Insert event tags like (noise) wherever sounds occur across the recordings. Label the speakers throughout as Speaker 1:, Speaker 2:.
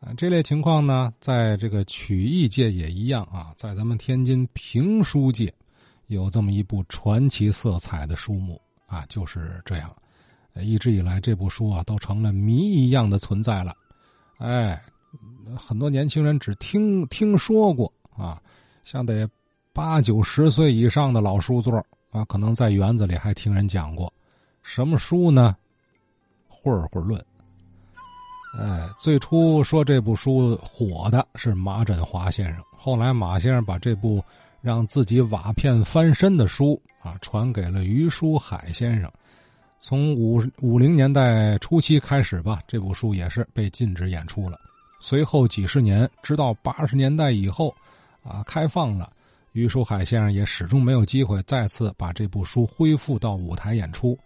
Speaker 1: 啊，这类情况呢，在这个曲艺界也一样啊，在咱们天津评书界，有这么一部传奇色彩的书目啊，就是这样。呃一直以来，这部书啊，都成了谜一样的存在了。哎，很多年轻人只听听说过啊，像得八九十岁以上的老书座啊，可能在园子里还听人讲过。什么书呢？混混论。哎，最初说这部书火的是马振华先生，后来马先生把这部让自己瓦片翻身的书啊传给了于书海先生。从五五零年代初期开始吧，这部书也是被禁止演出了。随后几十年，直到八十年代以后，啊，开放了，于书海先生也始终没有机会再次把这部书恢复到舞台演出。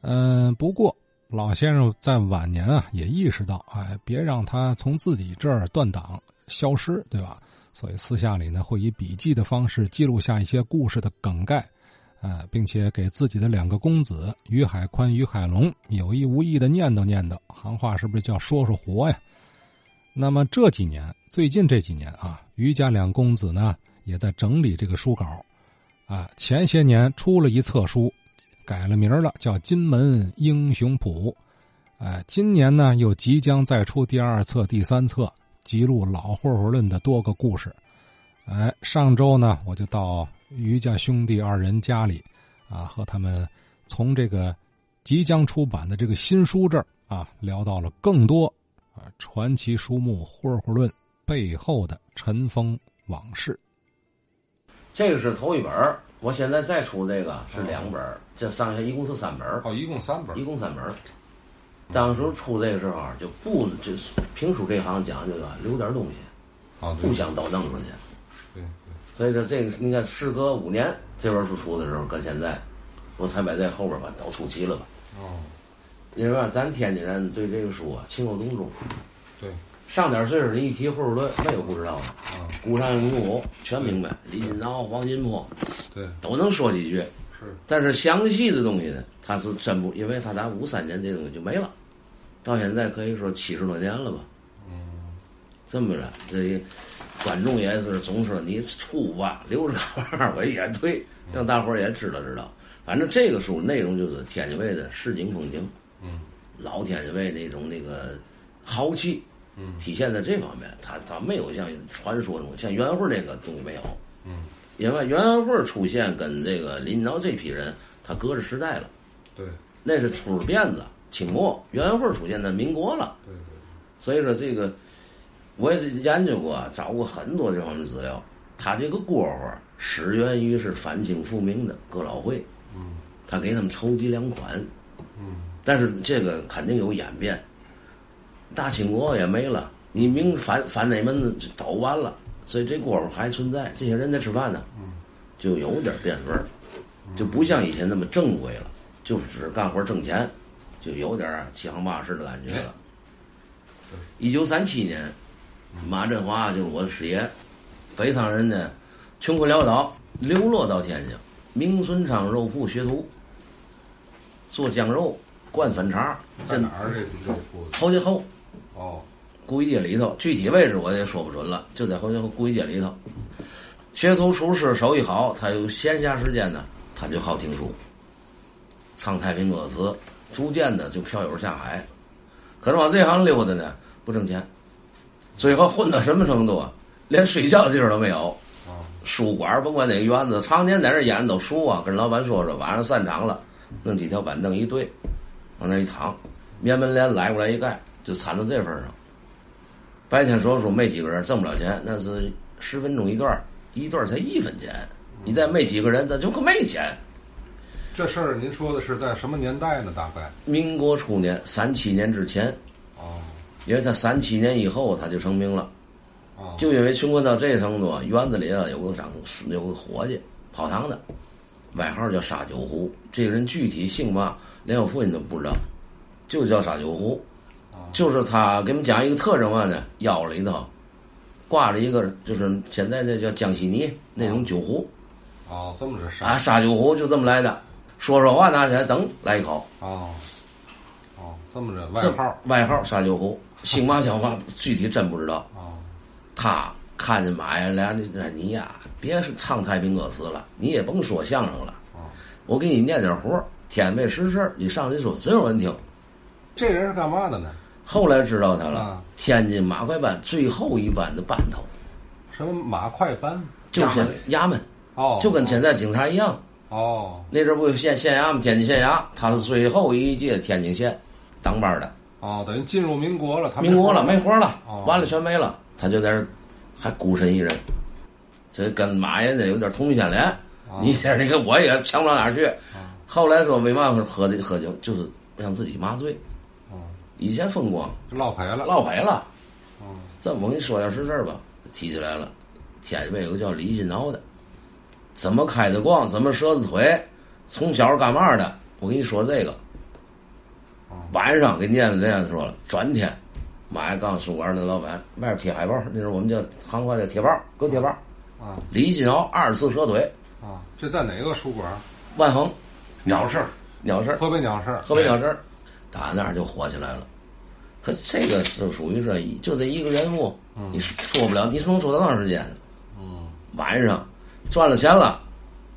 Speaker 1: 嗯，不过老先生在晚年啊，也意识到，哎，别让他从自己这儿断档消失，对吧？所以私下里呢，会以笔记的方式记录下一些故事的梗概，呃，并且给自己的两个公子于海宽、于海龙有意无意的念叨念叨，行话是不是叫说说活呀？那么这几年，最近这几年啊，于家两公子呢也在整理这个书稿，啊，前些年出了一册书，改了名儿了，叫《金门英雄谱》。哎，今年呢又即将再出第二册、第三册，记录老混混论的多个故事。哎，上周呢我就到于家兄弟二人家里，啊，和他们从这个即将出版的这个新书这儿啊，聊到了更多啊传奇书目《混混论》背后的尘封往事。
Speaker 2: 这个是头一本儿，我现在再出这个是两本儿，这上下一共是三本儿，
Speaker 3: 哦，一共三本
Speaker 2: 一。共三本儿。当时出这个时候啊就不就是评书这行讲究啊，留点东西，
Speaker 3: 啊，对
Speaker 2: 不想倒凳子去。
Speaker 3: 对
Speaker 2: 所以说这个你看，时隔五年这本书出的时候跟现在，我才把这后边儿吧都出齐了吧。
Speaker 3: 哦，
Speaker 2: 你说咱天津人对这个书啊情有独钟，
Speaker 3: 对，
Speaker 2: 上点岁数人一提混混论，没有不知道的。古上用武全明白，李金刀、黄金坡
Speaker 3: 对，
Speaker 2: 都能说几句。
Speaker 3: 是，
Speaker 2: 但是详细的东西呢，他是真不，因为他打五三年这东西就没了，到现在可以说七十多年了吧。
Speaker 3: 嗯，
Speaker 2: 这么着，这观众也是总是你出吧，留着干嘛？我也对，
Speaker 3: 嗯
Speaker 2: (laughs) 让大伙儿也知道知道。反正这个书内容就是天津卫的市井风情，
Speaker 3: 嗯，
Speaker 2: 老天津卫那种那个豪气，
Speaker 3: 嗯，
Speaker 2: 体现在这方面。他他没有像传说中像袁慧那个东西没有，
Speaker 3: 嗯，
Speaker 2: 因为袁慧出现跟这个林挠这批人，他隔着时代了。
Speaker 3: 对，
Speaker 2: 那是出辫子，清末元会出现在民国了，
Speaker 3: 对
Speaker 2: 所以说这个我也是研究过，啊找过很多这方面资料。他这个蝈蝈始源于是反清复明的哥老会，
Speaker 3: 嗯，
Speaker 2: 他给他们筹集粮款，
Speaker 3: 嗯，
Speaker 2: 但是这个肯定有演变，大清国也没了，你明反反哪门子都完了，所以这蝈蝈还存在，这些人在吃饭呢，
Speaker 3: 嗯
Speaker 2: 就有点变味儿，就不像以前那么正规了，就是只干活挣钱，就有点儿啊七行八市的感觉了。一九三七年，马振华就是我的师爷，北方人呢，穷困潦倒，流落到天津，明孙昌肉铺学徒，做酱肉，灌粉肠，
Speaker 3: 在
Speaker 2: 这
Speaker 3: 哪儿这这铺子？
Speaker 2: 侯家后
Speaker 3: 哦，
Speaker 2: 故衣街里头，具体位置我也说不准了，就在侯家后故衣街里头。学徒厨师手艺好，他有闲暇时间呢，他就好听书，唱太平歌词，逐渐的就漂游下海。可是往这行溜达呢，不挣钱，最后混到什么程度啊？连睡觉的地儿都没有。
Speaker 3: 啊，
Speaker 2: 书馆儿甭管哪个园子，常年在那儿演都熟啊。跟老板说说，晚上散场了，弄几条板凳一堆，往那儿一躺，棉门帘来过来一盖，就惨到这份儿上。白天说书没几个人，挣不了钱，那是十分钟一段儿，一段儿才一分钱。你再没几个人，那就可没钱。
Speaker 3: 这事儿您说的是在什么年代呢？大概？
Speaker 2: 民国初年，三七年之前，
Speaker 3: 哦，
Speaker 2: 因为他三七年以后他就成名了，
Speaker 3: 啊，
Speaker 2: 就因为穷困到这程度，啊，园子里啊有个长有个伙计跑堂的，外号叫沙九胡。这个人具体姓嘛，连我父亲都不知道，就叫沙九胡。就是他给我们讲一个特征嘛呢，腰里头挂着一个，就是现在那叫江西泥那种酒壶
Speaker 3: 哦，这么着杀
Speaker 2: 啊，沙酒壶就这么来的。说说话拿起来，噔来一口，
Speaker 3: 哦，哦，这么着
Speaker 2: 这
Speaker 3: 外号，
Speaker 2: 外号沙酒壶。姓马叫嘛，具体真不知道。
Speaker 3: 哦，
Speaker 2: 他看见马呀，来那那你呀，啊别是唱太平歌词了，你也甭说相声了，
Speaker 3: 哦，
Speaker 2: 我给你念点活儿天呗实事儿你上去说，真有人听。
Speaker 3: 这人是干嘛的呢？
Speaker 2: 后来知道他了
Speaker 3: 啊，
Speaker 2: 天津马快班最后一班的班头，
Speaker 3: 什么马快班？
Speaker 2: 就
Speaker 4: 衙
Speaker 2: 是
Speaker 4: 门
Speaker 2: 衙门，
Speaker 3: 哦，
Speaker 2: 就跟现在警察一样。
Speaker 3: 哦
Speaker 2: 那阵儿不有县县衙吗？天津县衙，他是最后一届天津县当班的，
Speaker 3: 哦，等于进入民国了，他们
Speaker 2: 民国了没活儿了
Speaker 3: 哦，
Speaker 2: 完了全没了，他就在这儿还孤身一人，这跟马爷呢有点同病相怜。
Speaker 3: 哦
Speaker 2: 你这你看我也强不到哪儿去。后来说为嘛喝的喝酒，就是让自己麻醉。
Speaker 3: 哦，
Speaker 2: 以前风光
Speaker 3: 就落赔了。
Speaker 2: 落赔了，
Speaker 3: 哦，
Speaker 2: 这我跟你说点实事儿吧，提起来了。天津卫有个叫李金鳌的，怎么开的光，怎么折子腿，从小干嘛的？我跟你说这个
Speaker 3: 哦，
Speaker 2: 晚上给念这样说了，转天，马上刚书馆那老板外边贴海报，那时候我们叫行话叫贴报，搁贴报。
Speaker 3: 啊
Speaker 2: 李金鳌二次折腿，
Speaker 3: 啊，这在哪个书馆？
Speaker 2: 万恒
Speaker 4: 鸟事儿，
Speaker 2: 鸟事儿，
Speaker 3: 河北鸟市。
Speaker 2: 河北鸟事儿，打那儿就火起来了。可这个是属于这一就这一个人物，你是说不了，你是能说多长时间？
Speaker 3: 嗯，
Speaker 2: 晚上赚了钱了，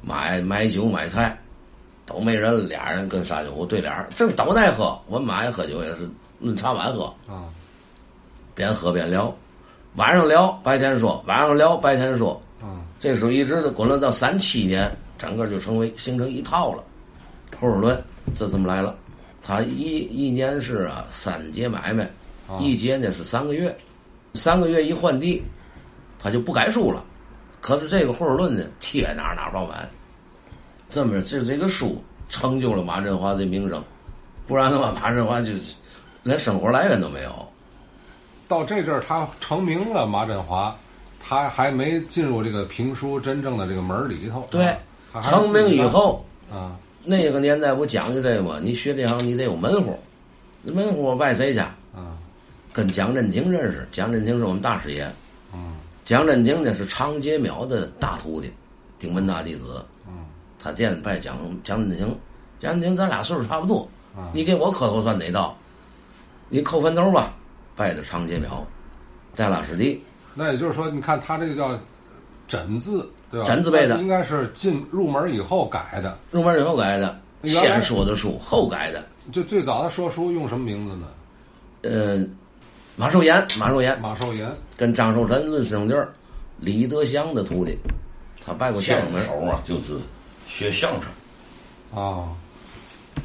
Speaker 2: 买买酒买菜，都没人了，俩人跟沙酒壶对脸儿，正都在喝。我们马爷喝酒也是论茶碗喝，
Speaker 3: 啊，
Speaker 2: 边喝边聊，晚上聊，白天说，晚上聊，白天说，
Speaker 3: 嗯，
Speaker 2: 这时候一直的滚了到三七年，整个就成为形成一套了。后水论这这么来了，他一一年是啊三节买卖，
Speaker 3: 啊
Speaker 2: 一节呢是三个月，三个月一换地，他就不改书了。可是这个后水论呢，贴哪儿哪儿放满，这么这这个书成就了马振华的名声，不然的话马振华就连生活来源都没有。
Speaker 3: 到这阵儿他成名了，马振华，他还没进入这个评书真正的这个门儿里头。
Speaker 2: 对
Speaker 3: 啊，
Speaker 2: 成名以，后。
Speaker 3: 他还是自己干啊
Speaker 2: 那个年代不讲究这个吗？你学这行你得有门户，那门户拜谁去？
Speaker 3: 啊，
Speaker 2: 跟蒋振廷认识，蒋振廷是我们大师爷，
Speaker 3: 嗯
Speaker 2: 蒋振廷呢是常杰淼的大徒弟，顶门大弟子，
Speaker 3: 嗯
Speaker 2: 他店拜蒋蒋振廷，蒋振廷咱俩岁数差不多，
Speaker 3: 啊，
Speaker 2: 你给我磕头算哪道？你扣坟头吧，拜的常杰淼，戴拉师弟，
Speaker 3: 那也就是说，你看他这个叫枕字，对吧？
Speaker 2: 枕字辈的
Speaker 3: 应该是进入门以后改的。
Speaker 2: 入门以后改的，
Speaker 3: 原来
Speaker 2: 先说的书，后改的，
Speaker 3: 就最早他说书用什么名字呢？
Speaker 2: 呃，马寿岩，马寿岩，
Speaker 3: 马寿岩。
Speaker 2: 跟张寿臣论生弟儿，李德祥的徒弟，他拜过相
Speaker 4: 相
Speaker 2: 声
Speaker 4: 声
Speaker 2: 门。
Speaker 4: 手啊，就是学相声，
Speaker 3: 啊，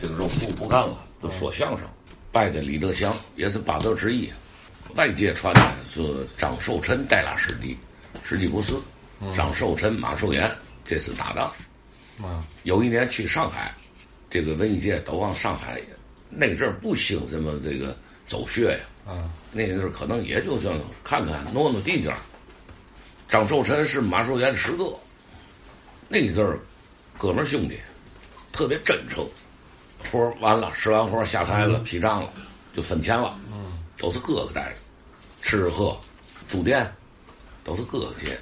Speaker 4: 这个时候不不干了，就说相声。拜的李德祥也是八德之一，啊外界传的是张寿臣带俩师弟，实际不是，张寿臣马寿岩这是搭档。
Speaker 3: 啊，
Speaker 4: 有一年去上海，这个文艺界都往上海，那阵儿不兴什么这个走穴呀，
Speaker 3: 啊，
Speaker 4: 那阵儿可能也就这样看看挪挪地界儿。张寿臣是马寿元师哥，那阵儿哥们儿兄弟，特别真诚。活儿完了，吃完活儿下台了，劈账了，就分钱了。嗯，都是哥哥带着，吃喝、住店，都是哥哥结。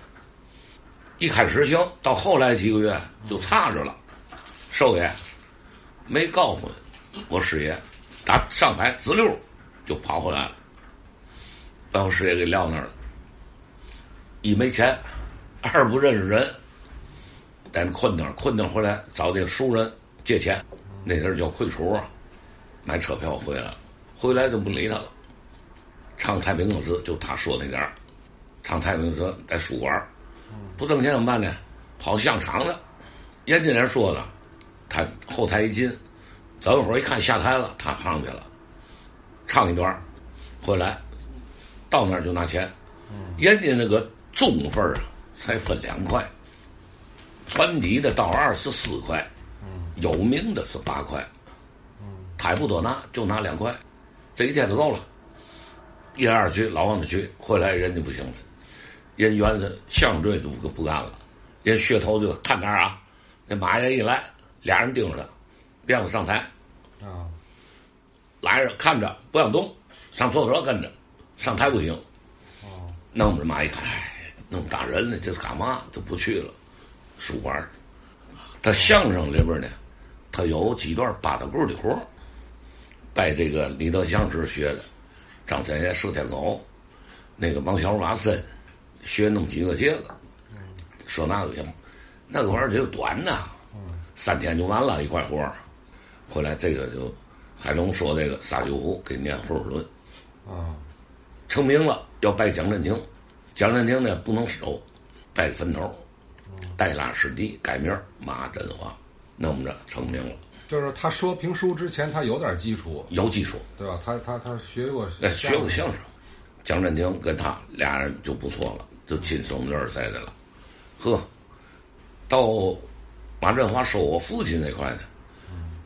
Speaker 4: 一开始行，到后来几个月就差着了。少爷没告诉我，我师爷打上海直溜儿就跑回来了，把我师爷给撂那儿了。一没钱，二不认识人，在那困那儿，困那儿回来找这个熟人借钱，那阵儿叫溃厨啊，买车票回来了，回来就不理他了。唱太平歌词就他说那点儿，唱太平歌词在书馆儿，不挣钱怎么办呢？跑相场了。严金莲说呢，他后台一进，咱们伙儿一看下台了，他上去了，唱一段儿，回来到那儿就拿钱。严金那个重份儿啊，才分两块，船底的到二十四块，有名的是八块，他也不多拿，就拿两块，这一天就够了。一来二去，老往那去，后来人家不行了，人原来相声队就不不干了，人噱头就看那儿啊，那马爷一来，俩人盯着他，别让他上台，
Speaker 3: 啊，
Speaker 4: 来着看着不让动，上厕所跟着，上台不行。弄着嘛一看，哎，弄打人了，这是干嘛？就不去了，书馆儿。他相声里边呢，他有几段八大棍儿的活儿拜这个李德祥时学的，张三爷、佘天狗，那个王小马森，学弄几个这个，说那个也，那个玩意儿就短呐，三天就完了一块活儿。后来这个就海龙说这个撒酒壶给念后尔顿，
Speaker 3: 啊，
Speaker 4: 成名了要拜蒋振廷，蒋振廷呢不能守，拜坟头，带拉师弟改名儿马振华，那么着成名了，
Speaker 3: 就是他说评书之前，他有点基础，
Speaker 4: 有技术。
Speaker 3: 对吧？他他他学过
Speaker 4: 哎，学过相声，蒋振廷跟他俩人就不错了，就亲生儿在的了。呵，到马振华说我父亲那块呢，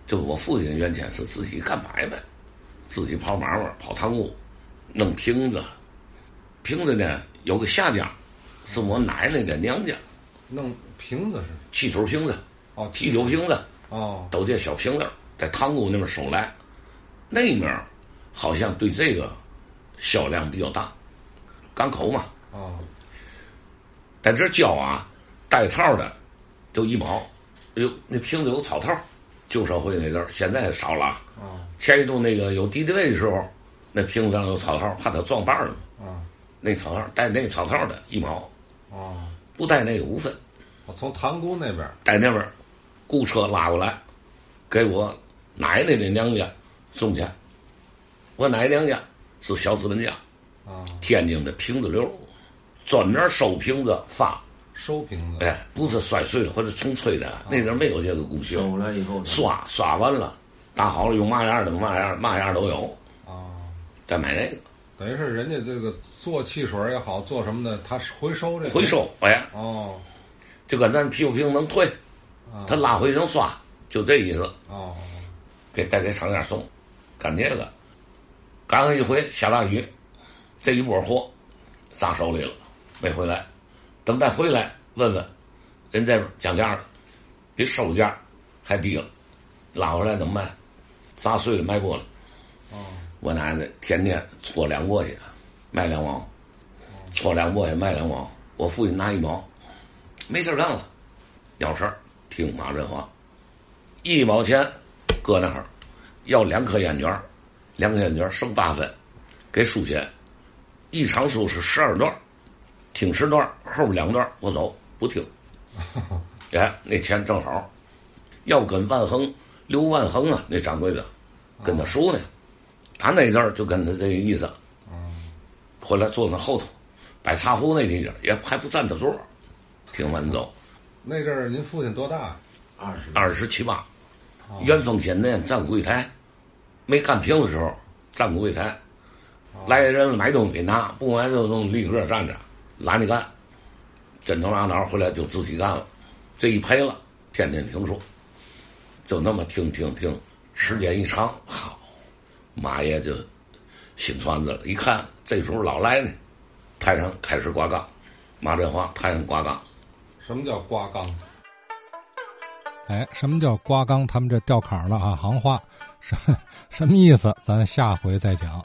Speaker 4: 就我父亲原先是自己干买卖，自己跑买卖跑堂屋，弄瓶子，瓶子呢有个下家，是我奶奶的娘家，
Speaker 3: 弄瓶子是
Speaker 4: 汽水瓶子、
Speaker 3: 哦，
Speaker 4: 啤酒瓶子。
Speaker 3: 哦，
Speaker 4: 都这小瓶子儿在塘沽那边收来，那面儿好像对这个销量比较大，港口嘛，
Speaker 3: 哦，
Speaker 4: 在这儿交啊，带套儿的就一毛，哎呦，那瓶子有草套儿，旧社会那阵儿现在少了啊，
Speaker 3: 哦，
Speaker 4: 前一度那个有敌敌畏的时候，那瓶子上有草套儿，怕它撞把儿了，
Speaker 3: 哦，
Speaker 4: 那草套儿带那草套儿的一毛，
Speaker 3: 哦，
Speaker 4: 不带那个五分，
Speaker 3: 我从塘沽那边儿，
Speaker 4: 在那边儿雇车拉过来，给我奶奶的娘家送去。我奶奶娘家是小资本家，
Speaker 3: 啊，
Speaker 4: 天津的瓶子流，专门收瓶子发，
Speaker 3: 收瓶子，
Speaker 4: 哎，不是摔碎了或者重吹的，啊那阵儿没有这个工序，
Speaker 2: 收来以后呢，
Speaker 4: 刷刷完了，打好了有嘛样的嘛样嘛样都有，
Speaker 3: 啊，
Speaker 4: 再买那个
Speaker 3: 等于是人家这个做汽水也好，做什么的，他回收这个
Speaker 4: 回，收，哎，
Speaker 3: 哦，
Speaker 4: 就跟咱啤酒瓶能退，他拉回能刷，就这意思。
Speaker 3: 哦，
Speaker 4: 给带给厂家送，干这个，赶上一回下大雨，这一波货砸手里了，没回来。等再回来问问，人这边讲价了，比收价还低了，拉回来怎么卖？砸碎了卖过了。我奶奶天天搓两过去，卖两毛，搓两过去卖两毛，我父亲拿一毛，没事儿干了，要事儿听马振华，一毛钱搁那儿，要两颗烟卷儿，两颗烟卷儿剩八分，给数钱，一场书是十二段儿，听十段儿，后边两段儿我走不听，哎，那钱正好，要跟万恒刘万恒啊那掌柜的跟他说呢，他那阵儿就跟他这个意思，回来坐那后头，摆茶壶那地方也还不占他座儿，听完走。
Speaker 3: 那阵儿您父亲多大？
Speaker 2: 二十
Speaker 4: 二十七八，原封现呢站柜台，没干平的时候站柜台，来人了买东西给拿，不买就能立个站着，懒得干，枕头拉挠回来就自己干了，这一赔了，天天听说，就那么听听听，时间一长，好，马爷就心穿子了，一看这时候老来呢，太上开始挂杠，马振华太上挂杠，
Speaker 3: 什么叫刮缸？
Speaker 1: 哎，什么 (laughs) 叫瓜刚？他们这掉坎儿了啊，行话，什什么意思？咱下回再讲。